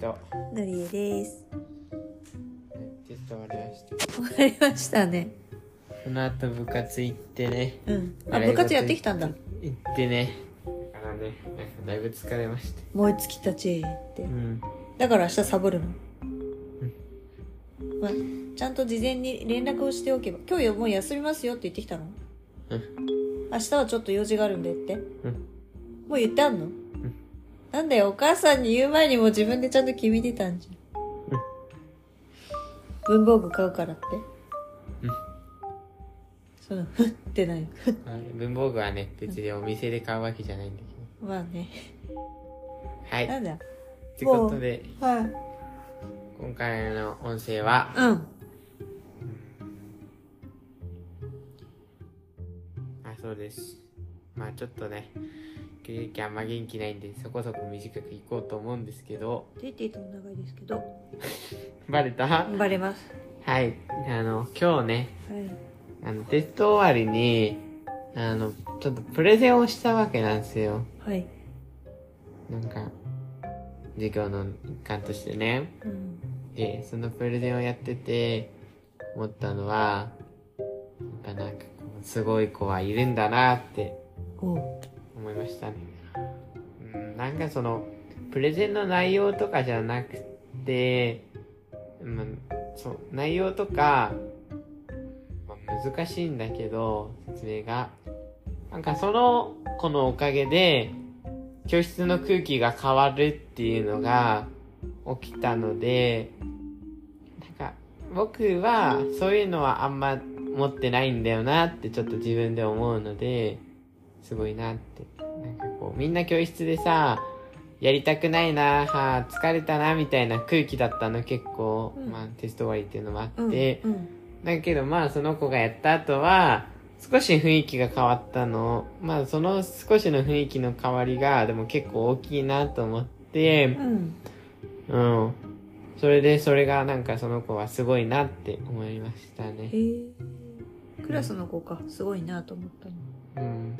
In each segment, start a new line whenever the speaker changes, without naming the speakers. た
のりえです
テスト終わりました
終わりましたね
その後部活行ってね
うんあ部活やってきたんだ
行ってねだからねなんかだいぶ疲れました
燃え尽きたちって
うん
だから明日サボるの、まあ、ちゃんと事前に連絡をしておけば今日よもう休みますよって言ってきたの
うん
明日はちょっと用事があるんでって
うん
もう言ってあんの、なんだよお母さんに言う前にもう自分でちゃんと決めてたんじゃん、文房具買うからって
うん
そのふってない
あ文房具はね別にお店で買うわけじゃないんだけ
まあね
どはい
なんだ
ということで
はい
今回の音声は
うん
あそうですまあちょっとね休日あんま元気ないんでそこそこ短くいこうと思うんですけど
出ていても長いですけど
バレた
頑張れます
はいあの今日ね
はい
あのテスト終わりにあのちょっとプレゼンをしたわけなんですよ
はい
なんか授業の一環としてね
うん
で、そのプレゼンをやってて、思ったのは、やっぱなんかこう、すごい子はいるんだなって
おう
思いましたね。うん、なんかその、プレゼンの内容とかじゃなくて、まあ、そう、内容とか、まあ、難しいんだけど、説明が。なんかその子のおかげで、教室の空気が変わるっていうのが起きたので、なんか僕はそういうのはあんま持ってないんだよなってちょっと自分で思うので、すごいなって。なんかこう、みんな教室でさ、やりたくないな、はあ、疲れたな、みたいな空気だったの結構、
うん
まあテスト終わりっていうのもあって、
うんうん
だけどまあその子がやった後は、少し雰囲気が変わったの。まあその少しの雰囲気の変わりが、でも結構大きいなと思って
う、ん
うん。それでそれがなんかその子はすごいなって思いました
へ
ね。
えクラスの子かすごいなと思ったの
うん。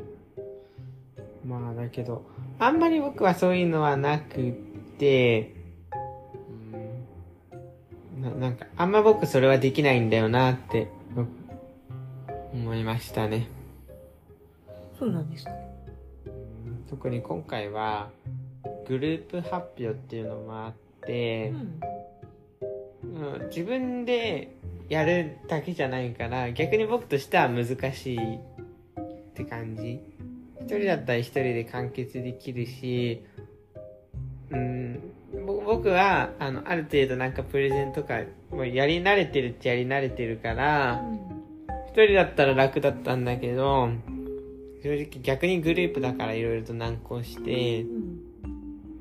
まあだけど、あんまり僕はそういうのはなくって、うん、ななんかあんま僕それはできないんだよなってうん思いましたね。
そうなんですか
特に今回はグループ発表っていうのもあって、
ん
うん自分でやるだけじゃないから逆に僕としては難しいって感じ一人だったら一人で完結できるしうんぼ僕はあのある程度なんかプレゼンとかもうやり慣れてるっちゃやり慣れてるから、一人だったら楽だったんだけど、正直逆にグループだからいろいろと難航して
う、ん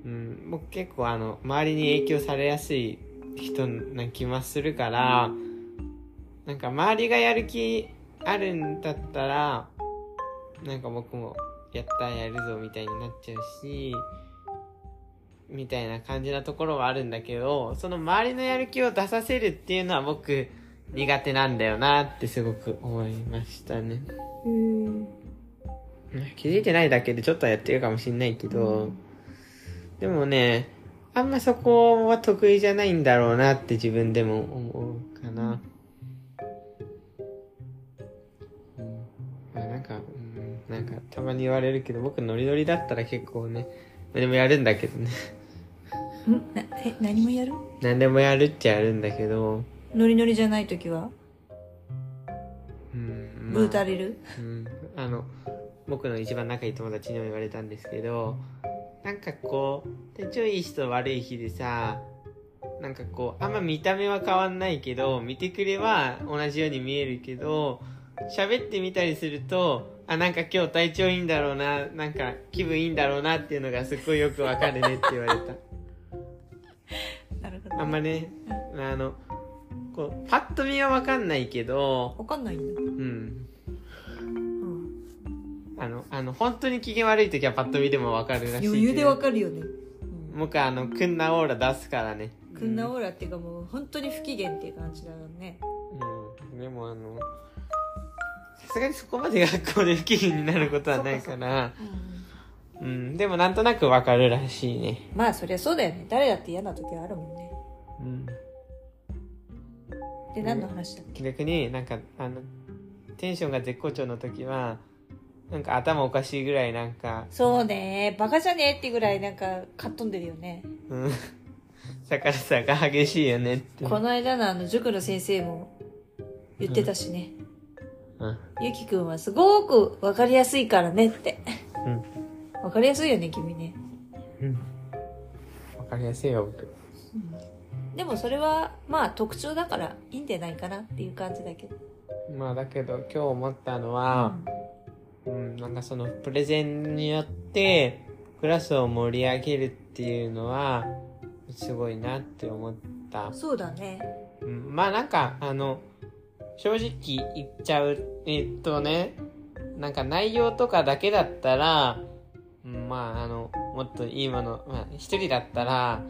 うん、僕結構あの、周りに影響されやすい人な気もするから、なんか周りがやる気あるんだったら、なんか僕もやったやるぞみたいになっちゃうし、みたいな感じなところはあるんだけど、その周りのやる気を出させるっていうのは僕苦手なんだよなってすごく思いましたね。
うんへ
気づいてないだけでちょっとはやってるかもしんないけど、
うん
でもね、あんまそこは得意じゃないんだろうなって自分でも思うかな。うんまあなんか、うん、なんかたまに言われるけど、僕ノリノリだったら結構ね、でもやるんだけどね。
えんなえ何もやる
何でもやるっちゃやるんだけど、
ノリノリじゃない時は
うんまあ
ブータれる
うん、あの僕の一番仲いい友達にも言われたんですけどなんかこう体調いい日と悪い日でさなんかこうあんま見た目は変わんないけど見てくれは同じように見えるけど喋ってみたりするとあなんか今日体調いいんだろうななんか気分いいんだろうなっていうのがすっごいよくわかるねって言われた。
なるほ
あんまね、あの、こう、パッと見はわかんないけど、
わかんないんだ
うん。
うん
あの、あの、本当に機嫌悪い時はパッと見でもわかるらしい。
余裕でわかるよねうん
僕あの、クンナオーラ出すからね。
クンナオーラっていうかもう本当に不機嫌っていう感じだよね
うん。でもあの、さすがにそこまで学校で不機嫌になることはないから、
う
うん、でもなんとなくわかるらしいね。
まあそりゃそうだよね誰だって嫌な時はあるもんね
うん。
で何の話だっけ
逆になんか、あの、テンションが絶好調の時は、なんか頭おかしいぐらいなんか、
そうねバカじゃねえってぐらいなんかかっ飛んでるよね
うん。 逆さが激しいよねって。
この間のあの塾の先生も言ってたしね、
うん。
ゆきくんはすごくわかりやすいからねって
うん。
わかりやすいよね君ね
うん。わかりやすいよ、僕。
でもそれはまあ特徴だからいいんじゃないかなっていう感じだけど、
まあだけど今日思ったのは、うん、なんかそのプレゼンによってクラスを盛り上げるっていうのはすごいなって思った。
そうだね
うん、まあなんかあの正直言っちゃうえっとねなんか内容とかだけだったらうんまああのもっといいもの、まあ、一人だったら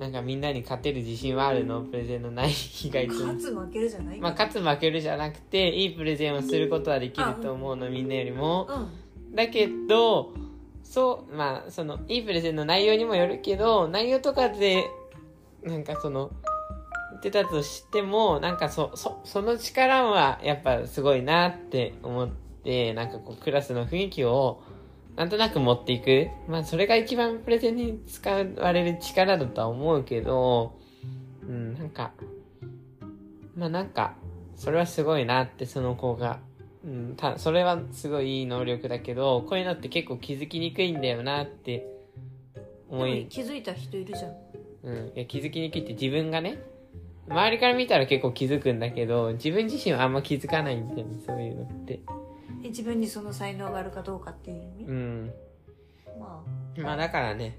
なんかみんなに勝てる自信はあるのプレゼンのない意外と。
勝つ負けるじゃない
まあ、勝つ負けるじゃなくていいプレゼンをすることはできると思うのみんなよりも
う
だけどそうまあそのいいプレゼンの内容にもよるけど内容とかでなんかその言ってたとしてもなんかそそその力はやっぱすごいなって思ってなんかこうクラスの雰囲気をなんとなく持っていくまあそれが一番プレゼンに使われる力だとは思うけどうんなんかまあなんかそれはすごいなってその子がうん、たそれはすごいいい能力だけどこういうのって結構気づきにくいんだよなって
ん
思
で
い
も気づいた人いるじゃん
うん、いや気づきにくいって自分がね周りから見たら結構気づくんだけど自分自身はあんま気づかないんだよねそういうのって
え自分にその才能があるかどうかっていう意味、
うん
ま
まあだからね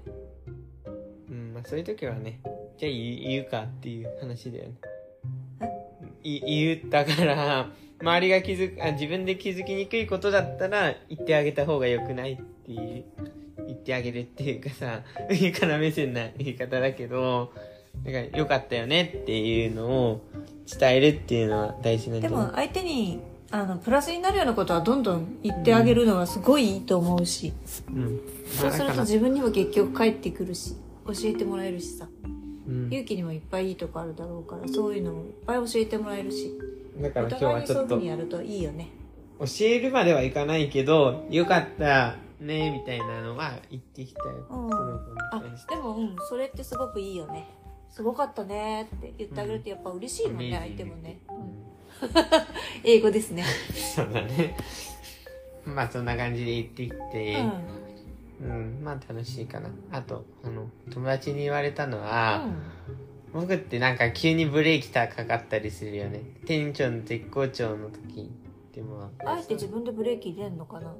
うんまあそういう時はねじゃあ言う言うかっていう話だよねい言うだから周りが気づくあ自分で気づきにくいことだったら言ってあげた方が良くないっていう言ってあげるっていうかさ上から目線な言い方だけどなんか良かったよねっていうのを伝えるっていうのは大事な
あ
ん
で
だ
も相手にあのプラスになるようなことはどんどん言ってあげるのはすごいいいと思うし、
うん、
そうす
ま
ると
あだから
自分にも結局返ってくるし教えてもらえるしさ
うん
勇気にもいっぱいいいとこあるだろうからそういうのもいっぱい教えてもらえるし
だから
お
今日は
互いに
ち
そう
ょ
いう
っ
ふう
と
にやるといいよね
教えるまではいかないけど、よかったね、みたいなのは言ってきたよ。
うん
その子
あ
に対して
でもうんそれってすごくいいよねすごかったねって言ってあげるとやっぱ嬉しいもんね、
Amazing
相手もね、
う
うん
ん
英語ですね、
そうだね。 まあそんな感じで言ってき
う
て、
ん
うん、まあ楽しいかな。あと、あの、友達に言われたのは、僕ってなんか急にブレーキかかったりするよね。店長の絶好調の時でも。
あえて自分でブレーキ入れんのかな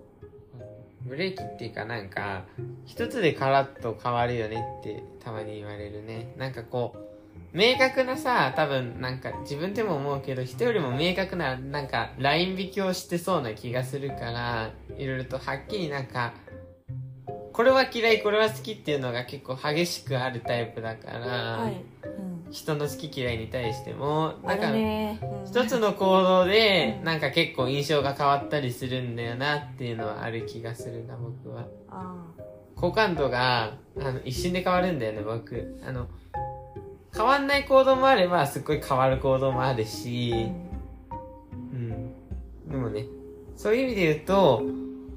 ブレーキっていうかなんか一つでカラッと変わるよねってたまに言われるねなんかこう明確なさ多分なんか自分でも思うけど人よりも明確ななんかライン引きをしてそうな気がするからいろいろとはっきりなんかこれは嫌いこれは好きっていうのが結構激しくあるタイプだから、
はい、うん、
人の好き嫌いに対しても
あ
だか
る
ら
ね、うん
一つの行動で
うん
なんか結構印象が変わったりするんだよなっていうのはある気がするな僕は
あ
好感度があの一瞬で変わるんだよね僕あの変わんない行動もあればすっごい変わる行動もある
ー
しうんでもねそういう意味で言うと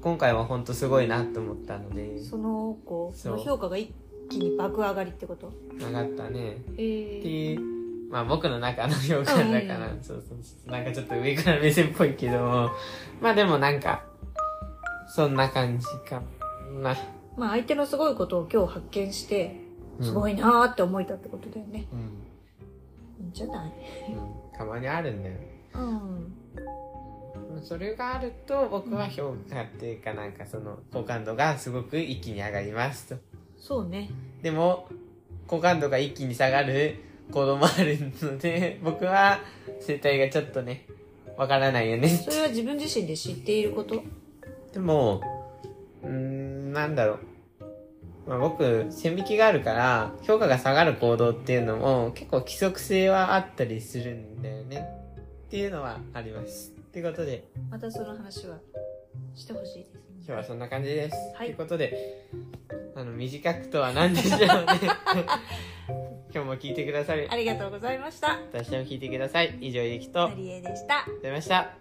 今回はほんとすごいなと思ったので
その子
そう
の評価が一気に爆上がりってこと
上がったね
え
っ
え
ていうまあ僕の中の評価だから、
うん
そうそうそうなんかちょっと上から目線っぽいけどまあでもなんかそんな感じかな、
まあ相手のすごいことを今日発見して
うん、
すご
い、
いなーって思えたってことだよね、
うん
いいんじゃない
たまにあるんだよ
うん
それがあると僕は評価っていうかなんかその好感度がすごく一気に上がりますと
そうね
でも好感度が一気に下がる行動もあるので僕は生態がちょっとねわからないよねって
それは自分自身で知っていること
でも、うーん、なんだろう。まあ、僕、線引きがあるから、評価が下がる行動っていうのも、結構規則性はあったりするんだよね。っていうのはあります。ってことで、
またその話はしてほしいです。
今日はそんな感じです。
はい
ということで、あの、短くとは何でし ょうね。今日も聞いてくださり、
ありがとうございました。
明日も聞いてください。以上、ゆきと、あ
の
りがとう
りえでした。
ございました。